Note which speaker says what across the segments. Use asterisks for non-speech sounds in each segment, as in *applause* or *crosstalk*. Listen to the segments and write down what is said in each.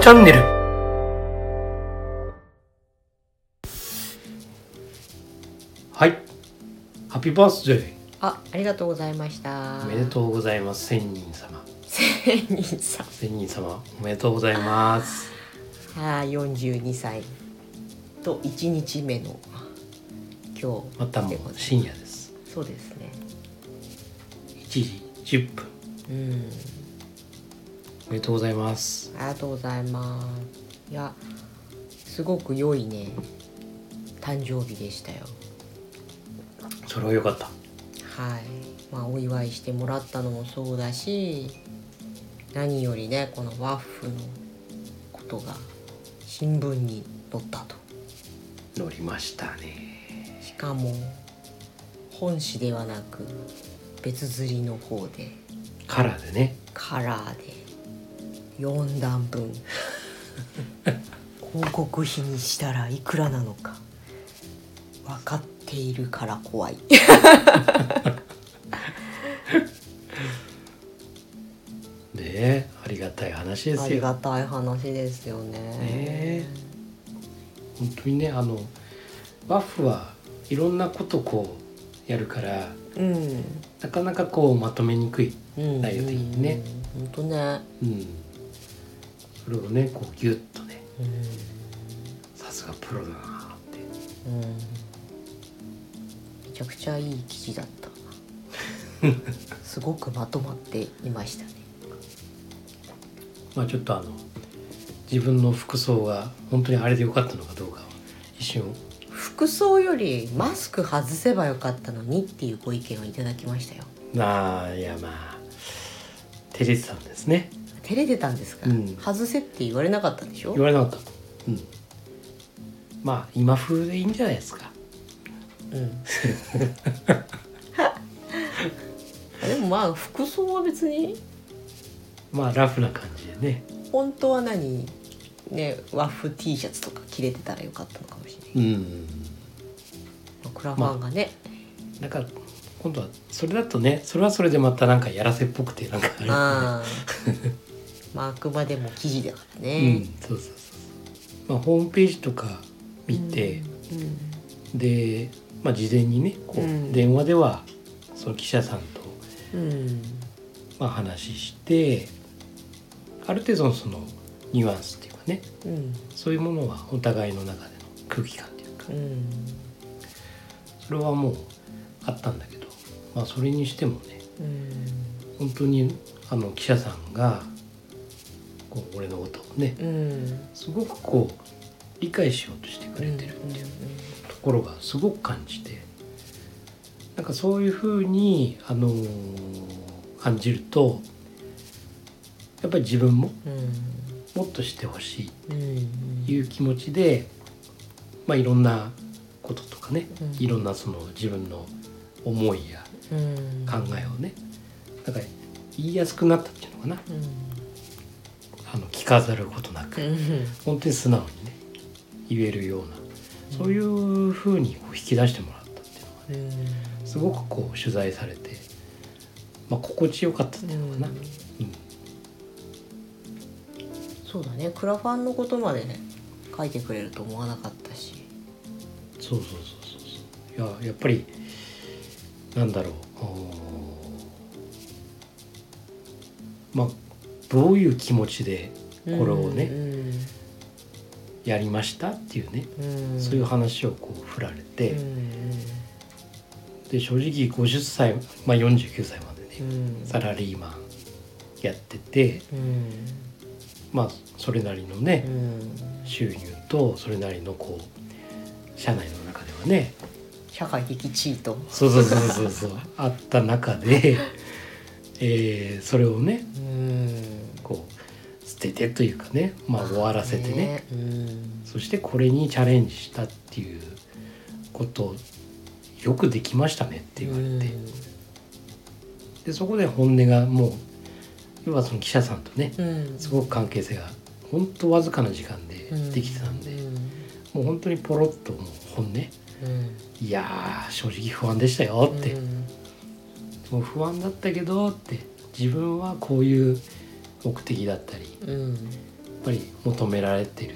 Speaker 1: チャンネルはいハッピーバースデー
Speaker 2: あ、ありがとうございました。
Speaker 1: おめ
Speaker 2: *laughs*
Speaker 1: でとうございます千人様
Speaker 2: 千人さ
Speaker 1: 千人様おめでとうございます
Speaker 2: ん。はい、四十二歳と一日目の今日。
Speaker 1: またもう深夜です
Speaker 2: そうですね。
Speaker 1: 1時10分
Speaker 2: うん、
Speaker 1: おめでとうございます
Speaker 2: ありがとうございます。いや、すごく良いね誕生日でしたよ。
Speaker 1: それはよかった
Speaker 2: はい。まあお祝いしてもらったのもそうだし、何よりねこのワッフのことが新聞に載ったと。
Speaker 1: 乗りましたね
Speaker 2: しかも本誌ではなく別釣りの方で
Speaker 1: カラーでね
Speaker 2: カラーで4段分広告費にしたらいくらなのか分かっているから怖い
Speaker 1: でありがたい話で
Speaker 2: あ
Speaker 1: す
Speaker 2: り
Speaker 1: よ
Speaker 2: がたい話ですよね、
Speaker 1: え本当にねあのワッフはいろんなことこうやるからなかなかこうまとめにくい、
Speaker 2: うんうん
Speaker 1: 内容的にね
Speaker 2: 本当ね、
Speaker 1: うん、それをねこうギュッとね
Speaker 2: う
Speaker 1: さすがプロだなって
Speaker 2: んうん、めちゃくちゃいい記事だった
Speaker 1: *laughs*
Speaker 2: すごくまとまっていましたね
Speaker 1: まあちょっとあの自分の服装が本当にあれで良かったのかどうかは一瞬
Speaker 2: 服装よりマスク外せばよかったのにっていうご意見をいただきましたよ
Speaker 1: まあいやまあ照れてたんですね
Speaker 2: 照れてたんですか、
Speaker 1: うん
Speaker 2: 外せって言われなかったでしょ
Speaker 1: 言われなかった、うん、まあ今風でいいんじゃないですか
Speaker 2: うん *laughs* でもまあ服装は別に
Speaker 1: まあラフな感じでね
Speaker 2: 本当は何ねワッフ T シャツとか着れてたらよかったのかもしれない
Speaker 1: うん
Speaker 2: クラファンがね、
Speaker 1: なんか今度はそれだとねそれはそれでまたなんかやらせっぽくてなんかあれ
Speaker 2: まあまああくまでも記事だから
Speaker 1: う
Speaker 2: ね
Speaker 1: ん、そうそうそうまあホームページとか見て、
Speaker 2: うん
Speaker 1: で、まあ、事前にねこう、
Speaker 2: うん
Speaker 1: 電話ではその記者さんと、
Speaker 2: うん
Speaker 1: まあ、話してある程度のそのニュアンスっていうかね
Speaker 2: うん
Speaker 1: そういうものはお互いの中での空気感っていうか
Speaker 2: うん
Speaker 1: それはもうあったんだけど、まあ、それにしてもね
Speaker 2: うん
Speaker 1: 本当にあの記者さんがこう俺のことをね
Speaker 2: うん
Speaker 1: すごくこう理解しようとしてくれてるっていうところがすごく感じてなんかそういうふうに、あのー感じるとやっぱり自分も
Speaker 2: うん
Speaker 1: もっとしてほしい
Speaker 2: うんうん
Speaker 1: という気持ちで、まあ、いろんなこととかね
Speaker 2: うん
Speaker 1: いろんなその自分の思いや
Speaker 2: うん
Speaker 1: 考えをねなんか言いやすくなったっていうのかな
Speaker 2: うん
Speaker 1: あの聞かざることなく
Speaker 2: うん
Speaker 1: 本当に素直にね言えるようなそういうふうにこう引き出してもらったっていうのが
Speaker 2: うん
Speaker 1: すごくこう取材されて、まあ、心地よかったっていうのかな、
Speaker 2: うん
Speaker 1: うん
Speaker 2: そうだねクラファンのことまで書いてくれると思わなかったし
Speaker 1: そうそうそうそうそういややっぱりなんだろうおーまあどういう気持ちでこれをね、やりましたっていうね、
Speaker 2: うん
Speaker 1: そういう話をこう振られて、
Speaker 2: うん
Speaker 1: で正直50歳、まあ、49歳まで
Speaker 2: う
Speaker 1: ね、
Speaker 2: ん
Speaker 1: サラリーマンやってて
Speaker 2: うん
Speaker 1: まあそれなりの
Speaker 2: う
Speaker 1: ね、
Speaker 2: ん
Speaker 1: 収入とそれなりのこう社内の中ではね
Speaker 2: 社会的地位と
Speaker 1: そうそうそうそうそうあった中で、えーそれをね
Speaker 2: うん
Speaker 1: こう捨ててというかね、まあ、終わらせてね
Speaker 2: うん
Speaker 1: そしてこれにチャレンジしたっていうことをよくできましたねって言われて、でそこで本音がもう要はその記者さんとね
Speaker 2: うん
Speaker 1: すごく関係性が本当わずかな時間で
Speaker 2: うん
Speaker 1: できてたんで、
Speaker 2: うん
Speaker 1: もう本当にポロッともう本音
Speaker 2: うん
Speaker 1: いやー正直不安でしたよって、
Speaker 2: うん
Speaker 1: もう不安だったけどって自分はこういう目的だったり
Speaker 2: うん
Speaker 1: ぱり求められてる、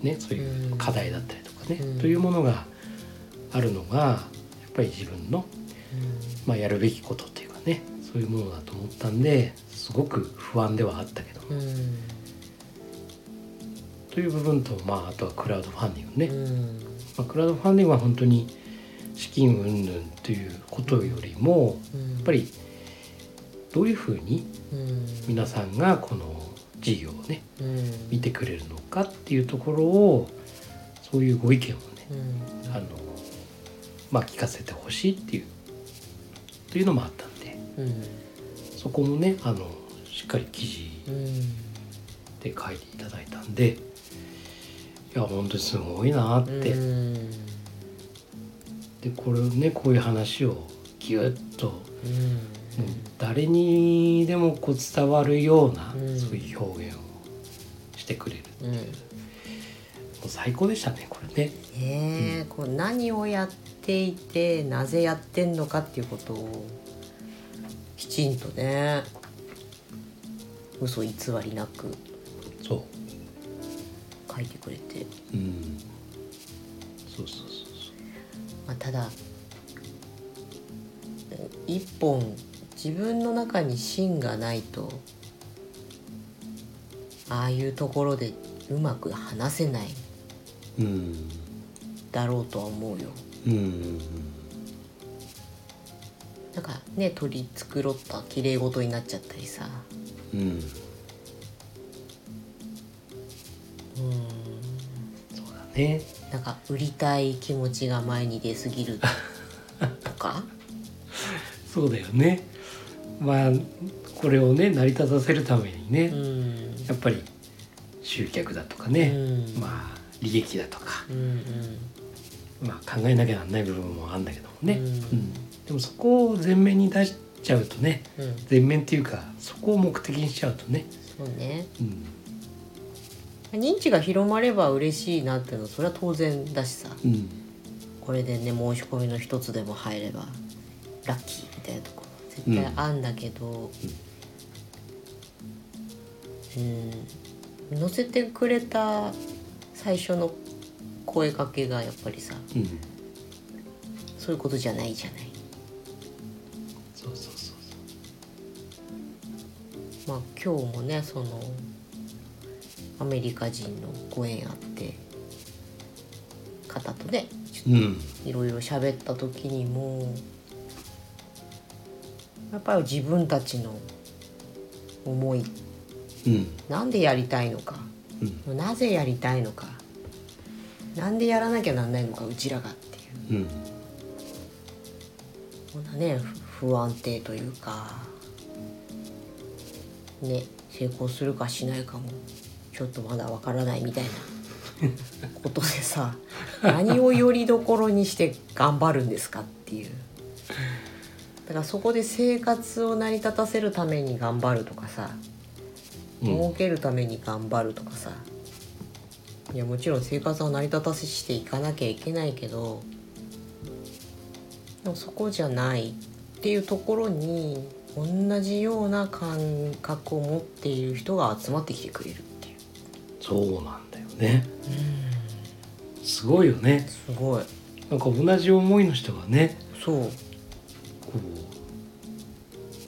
Speaker 1: ね、そういううん課題だったりとかね、
Speaker 2: うん
Speaker 1: というものがあるのがやっぱり自分の、まあ、やるべきことっていうかねそういうものだと思ったんですごく不安ではあったけど
Speaker 2: うん
Speaker 1: という部分と、まあ、あとはクラウドファンディングね、
Speaker 2: うん
Speaker 1: まあ、クラウドファンディングは本当に資金云々ということよりも
Speaker 2: うん
Speaker 1: やっぱりどういうふうに
Speaker 2: うん
Speaker 1: 皆さんがこの事業をね
Speaker 2: うん
Speaker 1: 見てくれるのかっていうところをそういうご意見をね
Speaker 2: うん
Speaker 1: あの、まあ、聞かせてほしいっていうというのもあったんで
Speaker 2: うん
Speaker 1: そこもねあのしっかり記事
Speaker 2: うん
Speaker 1: で書いていただいたんでいや本当にすごいなって、
Speaker 2: うん
Speaker 1: でこれをねこういう話をギュッと
Speaker 2: うん
Speaker 1: もう誰にでもこう伝わるような、
Speaker 2: うん
Speaker 1: そういう表現をしてくれる
Speaker 2: うん
Speaker 1: もう最高でしたねこれね。
Speaker 2: ねえこう何をやっていてなぜやってんのかっていうことをきちんとね嘘偽りなく
Speaker 1: そう
Speaker 2: 書いてくれて、
Speaker 1: うん、そうそうそう
Speaker 2: まあ、ただ一本自分の中に芯がないとああいうところでうまく話せない
Speaker 1: そううん
Speaker 2: だろうとは思うよ。
Speaker 1: うん
Speaker 2: なんかね取り繕った綺麗事になっちゃったりさ
Speaker 1: うん
Speaker 2: うん
Speaker 1: そうだね
Speaker 2: なんか売りたい気持ちが前に出すぎると
Speaker 1: *laughs*
Speaker 2: か
Speaker 1: そうだよねまあこれをね成り立たせるためにね、
Speaker 2: うん
Speaker 1: やっぱり集客だとか
Speaker 2: う
Speaker 1: ね、
Speaker 2: ん
Speaker 1: まあ利益だとか、
Speaker 2: うんうん
Speaker 1: まあ、考えなきゃなんない部分もあるんだけどもね、
Speaker 2: うん
Speaker 1: うんでもそこを前面に出しちゃうとね
Speaker 2: うん
Speaker 1: 前面っていうかそこを目的にしちゃうとね、
Speaker 2: そうね
Speaker 1: うん
Speaker 2: 認知が広まれば嬉しいなっていうのはそれは当然だしさ
Speaker 1: うん、
Speaker 2: これでね申し込みの一つでも入ればラッキーみたいなとこ絶対あんだけどうん、載せてくれた最初の声かけがやっぱりさ
Speaker 1: うん、
Speaker 2: そういうことじゃないじゃない
Speaker 1: そうそうそう
Speaker 2: まあ今日もねそのアメリカ人のご縁あって方とねち
Speaker 1: そ
Speaker 2: ょ
Speaker 1: ううん
Speaker 2: っといろいろ喋った時にもやっぱり自分たちの思い
Speaker 1: うん
Speaker 2: なんでやりたいのか
Speaker 1: うん
Speaker 2: なぜやりたいのかなんでやらなきゃなんないのかうちらがっていう
Speaker 1: うん
Speaker 2: こんなねふ不安定というかね成功するかしないかもちょっとまだわからないみたいなことでさ何をよりどころにして頑張るんですかっていうだからそこで生活を成り立たせるために頑張るとかさ
Speaker 1: うん
Speaker 2: 儲けるために頑張るとかさいやもちろん生活を成り立たせしていかなきゃいけないけどでもそこじゃないっていうところに同じような感覚を持っている人が集まってきてくれるっていう
Speaker 1: そうなんだよねすごいよね
Speaker 2: すごい
Speaker 1: なんか同じ思いの人がね
Speaker 2: そう
Speaker 1: こ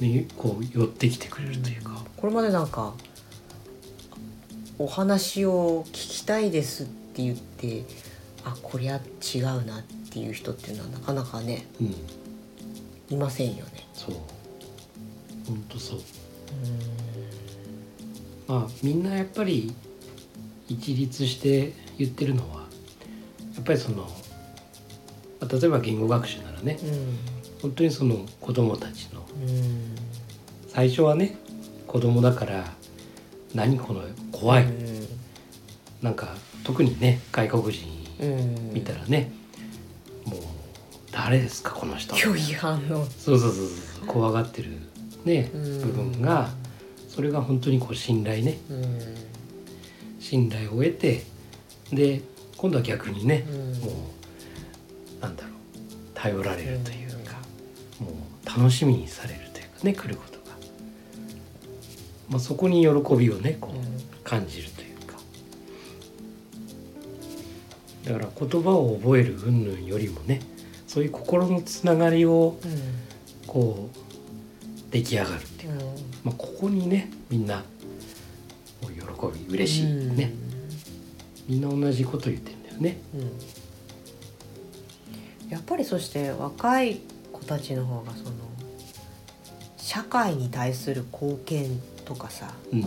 Speaker 1: うねこう寄ってきてくれるというか
Speaker 2: これまでなんかお話を聞きたいですって言ってあこりゃ違うなっていう人っていうのはなかなかね
Speaker 1: うん
Speaker 2: いませんよね。
Speaker 1: そうほんとそうまあみんなやっぱり一律して言ってるのはやっぱりそのまあ例えば言語学習ならね
Speaker 2: う
Speaker 1: 本当にその子供たちの
Speaker 2: んうん
Speaker 1: 最初はね子供だから何この怖いなんか特にね外国人
Speaker 2: うん
Speaker 1: 見たらね、もう誰ですかこの人
Speaker 2: 拒否反応
Speaker 1: そうそうそうそう怖がってるね、
Speaker 2: うん
Speaker 1: 部分がそれが本当にこう信頼ね
Speaker 2: うん
Speaker 1: 信頼を得てで今度は逆にね、
Speaker 2: うん
Speaker 1: もうなんだろう頼られるというか、もう楽しみにされるというかね来ることが、まあ、そこに喜びをねこう
Speaker 2: うん
Speaker 1: 感じるというかだから言葉を覚える云々よりもねそういう心のつながりを
Speaker 2: う
Speaker 1: こう出来上がる、
Speaker 2: んうん
Speaker 1: まあ、ここにねみんなこう喜び嬉しいね、みんな同じこと言ってんだよね。
Speaker 2: うんうんやっぱりそして若い子たちの方がその社会に対する貢献とかさ
Speaker 1: うん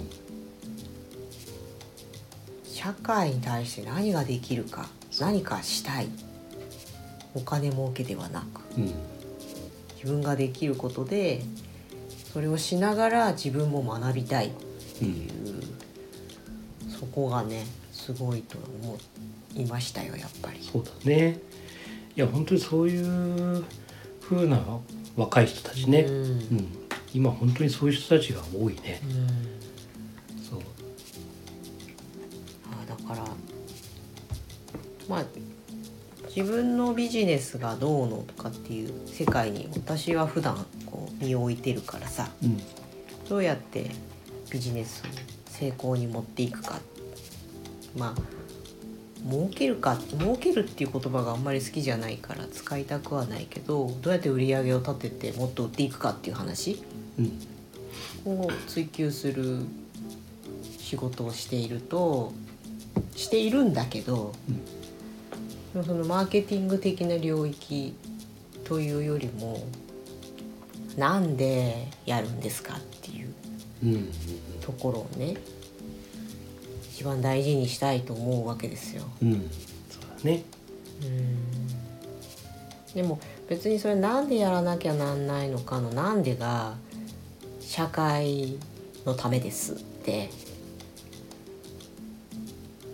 Speaker 2: 社会に対して何ができるか何かしたいお金儲けではなく
Speaker 1: うん
Speaker 2: 自分ができることでそれをしながら自分も学びたい
Speaker 1: うん
Speaker 2: そこがねすごいと思いましたよやっぱり。
Speaker 1: そうだねいや本当にそういう風な若い人たちね、
Speaker 2: う
Speaker 1: うん
Speaker 2: ん
Speaker 1: 今本当にそういう人たちが多いね、
Speaker 2: うん
Speaker 1: そう
Speaker 2: あだからまあ自分のビジネスがどうのとかっていう世界に私は普段こう身を置いてるからさ
Speaker 1: うん
Speaker 2: どうやってビジネスを成功に持っていくかまあ儲けるか儲けるっていう言葉があんまり好きじゃないから使いたくはないけどどうやって売り上げを立ててもっと売っていくかっていう話
Speaker 1: うん
Speaker 2: を追求する仕事をしているとしているんだけど、
Speaker 1: うん
Speaker 2: でもそのマーケティング的な領域というよりもなんでやるんですかっていう
Speaker 1: うんうん
Speaker 2: ところをね一番大事にしたいと思うわけですよ。
Speaker 1: うんうんそうだね
Speaker 2: でも別にそれなんでやらなきゃなんないのかのなんでが社会のためですって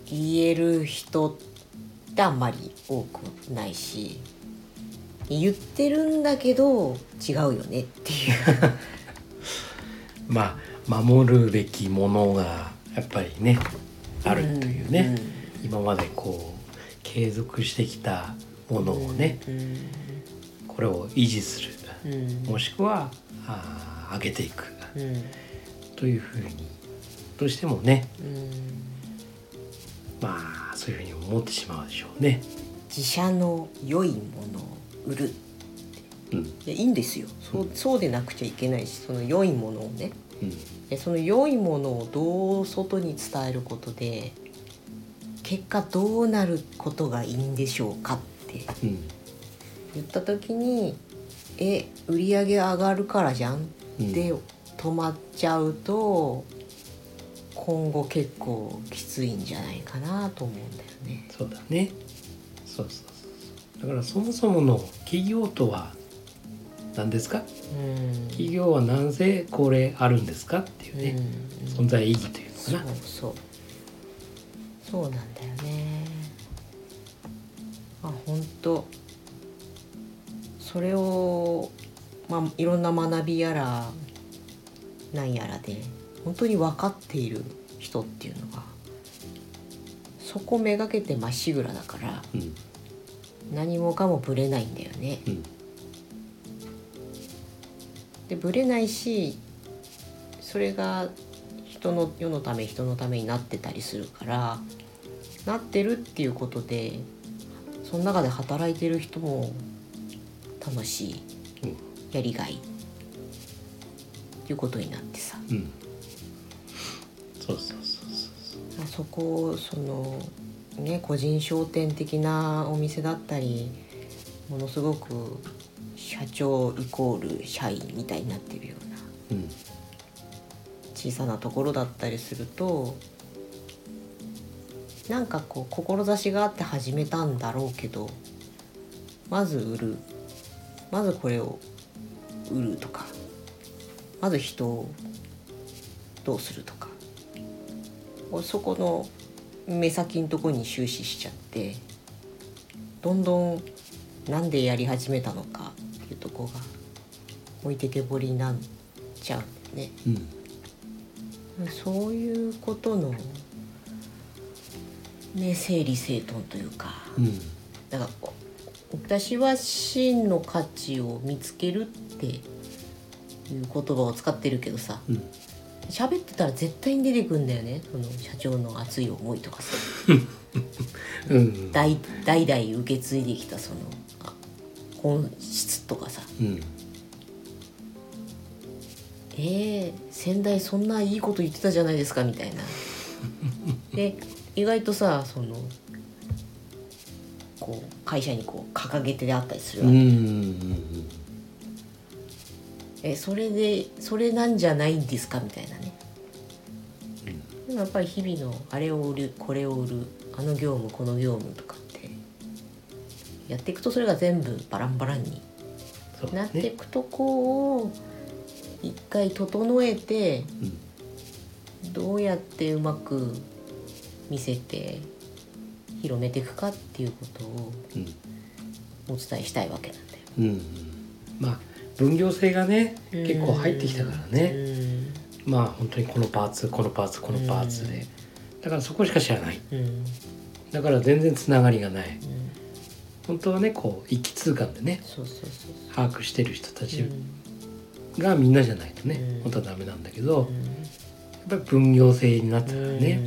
Speaker 2: 言える人ってあんまり多くないし言ってるんだけど違うよねっていう。
Speaker 1: まあ守るべきものがやっぱりねあるというね、今までこう継続してきたものをね、
Speaker 2: うん。
Speaker 1: これを維持する、
Speaker 2: うん。
Speaker 1: もしくはあー上げていく
Speaker 2: うん。
Speaker 1: というふうにどうしてもね
Speaker 2: うん
Speaker 1: まあそういうふうに思ってしまうでしょうね。
Speaker 2: 自社の良いものを売る
Speaker 1: うん
Speaker 2: いやいいんですよそうそうでなくちゃいけないしその良いものをね
Speaker 1: うん
Speaker 2: でその良いものをどう外に伝えることで結果どうなることがいいんでしょうかって
Speaker 1: うん
Speaker 2: 言った時に「え売り上げ上がるからじゃん」
Speaker 1: うん
Speaker 2: で止まっちゃうと今後結構きついんじゃないかなと思うんだよね。
Speaker 1: そうだねそうそうそうそうだからそもそもの企業とは何ですか
Speaker 2: うん
Speaker 1: 企業はなぜこれあるんですかっていうね、
Speaker 2: うん
Speaker 1: 存在意義という
Speaker 2: そう
Speaker 1: のかな
Speaker 2: そうそうなんだよねまあ本当それをまあいろんな学びやらなんやらで本当に分かっている人っていうのがそこめがけてまっしぐらだから
Speaker 1: うん
Speaker 2: 何もかもぶれないんだよね。
Speaker 1: うん
Speaker 2: でぶれないしそれが人の世のため人のためになってたりするからなってるっていうことでその中で働いてる人も楽しい
Speaker 1: うん
Speaker 2: やりがいっていうことになってさ
Speaker 1: うんそうそうそうそう
Speaker 2: そこをそのね個人商店的なお店だったりものすごく社長イコール社員みたいになってるような
Speaker 1: そううん
Speaker 2: 小さなところだったりするとなんかこう志があって始めたんだろうけどまず売るまずこれを売るとかまず人をどうするとかそこの目先のとこに終始しちゃってどんどんなんでやり始めたのかっていうとこが置いてけぼりになっちゃうんだよね。
Speaker 1: うん
Speaker 2: そういうことの、ね、整理整頓というか
Speaker 1: うん
Speaker 2: だからお私は真の価値を見つけるっていう言葉を使ってるけどさ
Speaker 1: うん
Speaker 2: 喋ってたら絶対に出てくんだよねその社長の熱い思いとかさ
Speaker 1: うん
Speaker 2: 代代々受け継いできたそのあ本質とかさ
Speaker 1: うん
Speaker 2: えー、先代そんないいこと言ってたじゃないですかみたいなで意外とさそのこう会社にこう掲げてあったりする
Speaker 1: う
Speaker 2: わけ、
Speaker 1: ん
Speaker 2: えそれでそれなんじゃないんですかみたいなね、でもやっぱり日々のあれを売るこれを売るあの業務この業務とかってやっていくとそれが全部バランバランに
Speaker 1: そう
Speaker 2: な
Speaker 1: だ
Speaker 2: ってい
Speaker 1: ね
Speaker 2: くとこを一回整えて
Speaker 1: うん
Speaker 2: どうやってうまく見せて広めていくかっていうことを
Speaker 1: うん
Speaker 2: お伝えしたいわけなんだよ。
Speaker 1: うんまあ分業制がね結構入ってきたからねまあ本当にこのパーツこのパーツこのパーツでだからそこしか知らない
Speaker 2: うん。うん。
Speaker 1: だから全然つながりがない
Speaker 2: うん。
Speaker 1: 本当はねこう一気通貫でね
Speaker 2: そうそうそうそ
Speaker 1: 把握してる人た
Speaker 2: う。う
Speaker 1: ち
Speaker 2: ん
Speaker 1: がみんなじゃないとね
Speaker 2: うん
Speaker 1: 本当はダメなんだけどやっぱり分業制になってたからね、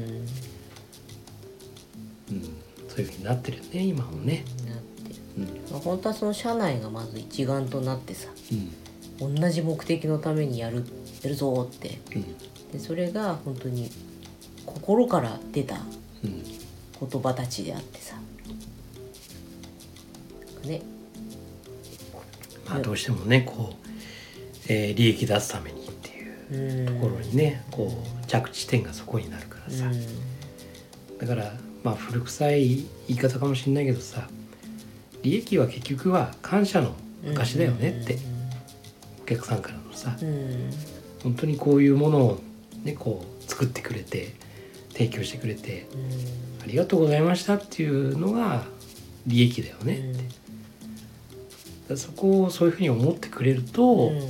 Speaker 2: うん
Speaker 1: うん、そういうふうになってるよね今もね
Speaker 2: なってる。
Speaker 1: うん
Speaker 2: まあ、本当はその社内がまず一丸となってさ、
Speaker 1: うん
Speaker 2: 同じ目的のためにやるやるぞーって。
Speaker 1: うん
Speaker 2: でそれが本当に心から出た
Speaker 1: うん
Speaker 2: 言葉たちであってさ。ね。
Speaker 1: まあどうしてもねこう、えー利益出すためにっていう
Speaker 2: うん。
Speaker 1: ところにねこう着地点がそこになるからさ、だからまあ古臭い言い方かもしれないけどさ利益は結局は感謝の証だよねってお客さんからのさ
Speaker 2: うんうん
Speaker 1: 本当にこういうものをねこう作ってくれて提供してくれてありがとうございましたっていうのが利益だよ
Speaker 2: う
Speaker 1: ね、だか
Speaker 2: ん
Speaker 1: らそこをそういうふうに思ってくれると、
Speaker 2: うん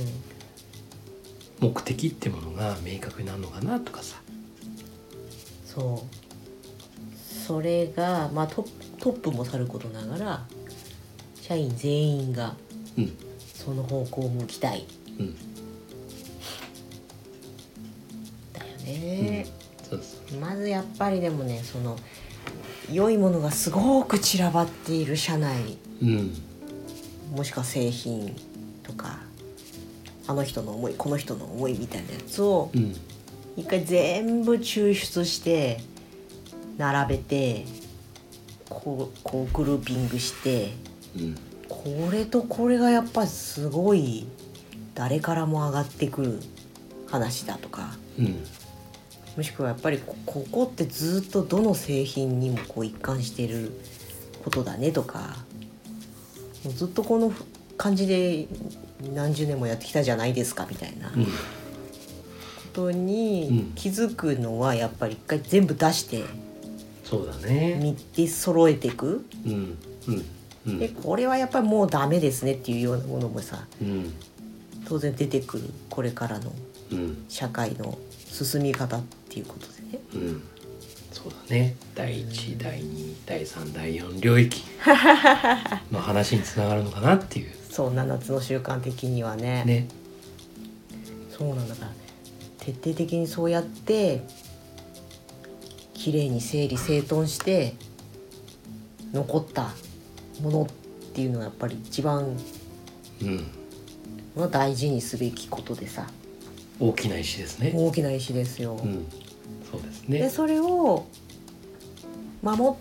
Speaker 1: 目的ってものが明確になるのかなとかさ
Speaker 2: そうそれが、まあ、トップトップもさることながら社員全員が
Speaker 1: うん
Speaker 2: その方向を向きたい
Speaker 1: うん
Speaker 2: だよね、
Speaker 1: そうそう
Speaker 2: まずやっぱりでもねその良いものがすごく散らばっている社内
Speaker 1: うん
Speaker 2: もしくは製品とかあの人の思いこの人の思いみたいなやつを
Speaker 1: うん
Speaker 2: 一回全部抽出して並べてこうこうグルーピングして
Speaker 1: うん
Speaker 2: これとこれがやっぱりすごい誰からも上がってくる話だとか
Speaker 1: うん
Speaker 2: もしくはやっぱりこここってずっとどの製品にもこう一貫してることだねとかもうずっとこの感じで何十年もやってきたじゃないですかみたいな。
Speaker 1: うん
Speaker 2: ことに
Speaker 1: うん
Speaker 2: 気づくのはやっぱり一回全部出して
Speaker 1: そうだね
Speaker 2: 見て揃えていく
Speaker 1: うんうんう
Speaker 2: で
Speaker 1: ん
Speaker 2: これはやっぱりもうダメですねっていうようなものもさ
Speaker 1: うん
Speaker 2: 当然出てくるこれからの
Speaker 1: うん
Speaker 2: 社会の進み方っていうことでね
Speaker 1: うんそうだね第一第二第三第四領 *laughs* 域の話につながるのかなっていう
Speaker 2: そう7つの習慣的にはね
Speaker 1: ね
Speaker 2: そうなんだから徹底的にそうやって綺麗に整理整頓して残ったものっていうのはやっぱり一番
Speaker 1: うん
Speaker 2: は大事にすべきことでさ
Speaker 1: 大きな石ですね
Speaker 2: 大きな石ですよ。
Speaker 1: うんそうです
Speaker 2: で
Speaker 1: ね
Speaker 2: それを守っ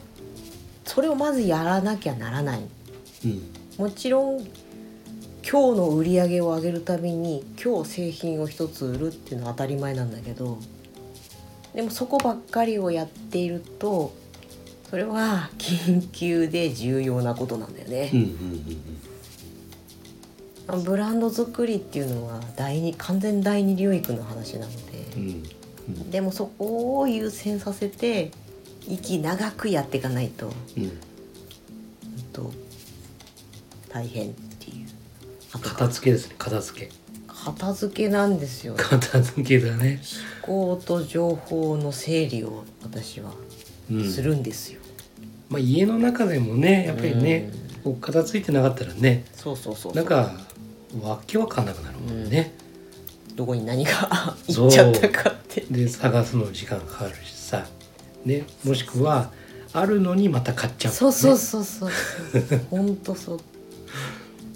Speaker 2: それをまずやらなきゃならない
Speaker 1: うん
Speaker 2: もちろん今日の売り上げを上げるために今日製品を一つ売るっていうのは当たり前なんだけどでもそこばっかりをやっているとそれは緊急で重要なことなんだよね
Speaker 1: うんう。ん
Speaker 2: ブランド作りっていうのは第二完全第二領域の話なので。
Speaker 1: うんうん
Speaker 2: でもそこを優先させて息長くやっていかないと
Speaker 1: うんうん
Speaker 2: うんと大変っていうあと
Speaker 1: 片付けですね片付け
Speaker 2: 片付けなんですよ
Speaker 1: 片付けだね
Speaker 2: 思考と情報の整理を私は
Speaker 1: うん
Speaker 2: するんですよ、
Speaker 1: まあ、家の中でもねやっぱりね、こう片付いてなかったらね
Speaker 2: そうそうそう
Speaker 1: なんかわけわかんなくなるもんね、
Speaker 2: どこに何が
Speaker 1: そう
Speaker 2: 行っちゃったかって
Speaker 1: で探すのに時間かかるしさ、ね、もしくはあるのにまた買っちゃう、ね、
Speaker 2: そうそうそうそう *laughs* 本当そう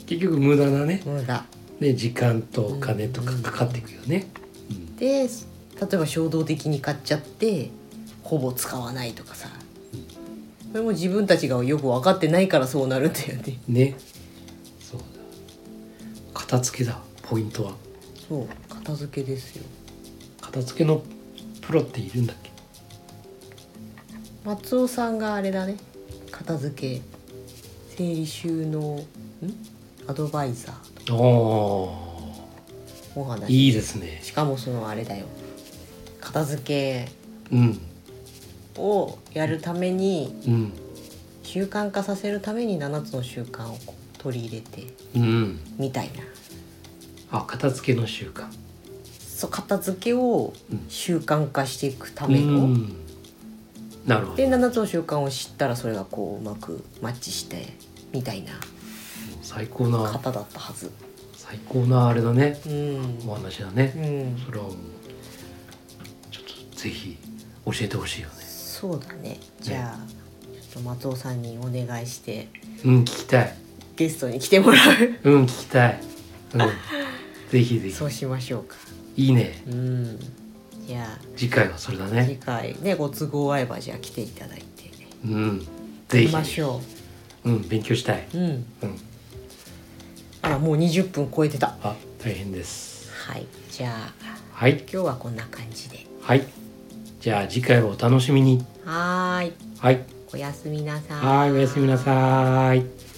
Speaker 1: 結局無駄なね
Speaker 2: 無駄
Speaker 1: ね時間とお金とかかかっていくよね、うん
Speaker 2: で例えば衝動的に買っちゃってほぼ使わないとかさそれも自分たちがよく分かってないからそうなるんだよね
Speaker 1: ねそうだ片付けだポイントは
Speaker 2: そう片付けですよ
Speaker 1: 片付けのプロっているんだっけ
Speaker 2: 松尾さんがあれだね片付け整理収納んアドバイザー
Speaker 1: ああ
Speaker 2: お話
Speaker 1: いいですね
Speaker 2: しかもそのあれだよ片付け
Speaker 1: うん
Speaker 2: をやるために
Speaker 1: うん
Speaker 2: 習慣化させるために7つの習慣をこう取り入れて
Speaker 1: うん
Speaker 2: みたいな
Speaker 1: あ片付けの習慣
Speaker 2: そう片付けを
Speaker 1: うん
Speaker 2: 習慣化していくた
Speaker 1: う
Speaker 2: めの、
Speaker 1: んなるほど
Speaker 2: で7つの習慣を知ったらそれがこううまくマッチしてみたいな
Speaker 1: 最高な
Speaker 2: 方だったはず
Speaker 1: 最高なあれだね
Speaker 2: うん、
Speaker 1: お話だね
Speaker 2: うん、
Speaker 1: それはもうちょっとぜひ教えてほしいよね
Speaker 2: そうだねじゃあ、ちょっと松尾さんにお願いして
Speaker 1: うん聞きたい
Speaker 2: ゲストに来てもらう
Speaker 1: うん聞きたいうんぜひぜ
Speaker 2: そうしましょうか
Speaker 1: ひいいね
Speaker 2: うんじゃ
Speaker 1: 次回はそれだ
Speaker 2: あ次
Speaker 1: ね
Speaker 2: 回ねご都合合えばじゃあ来ていただいて
Speaker 1: うんぜ
Speaker 2: 行
Speaker 1: ひ
Speaker 2: きましょ
Speaker 1: うん勉強したいう
Speaker 2: うん
Speaker 1: うん
Speaker 2: あらもう20分超えてた
Speaker 1: あ大変です
Speaker 2: はいじゃあ
Speaker 1: はい
Speaker 2: 今日はこんな感じで
Speaker 1: はいじゃあ次回をお楽しみに
Speaker 2: はーい
Speaker 1: はい
Speaker 2: おやすみなさーい
Speaker 1: はいおやすみなさーい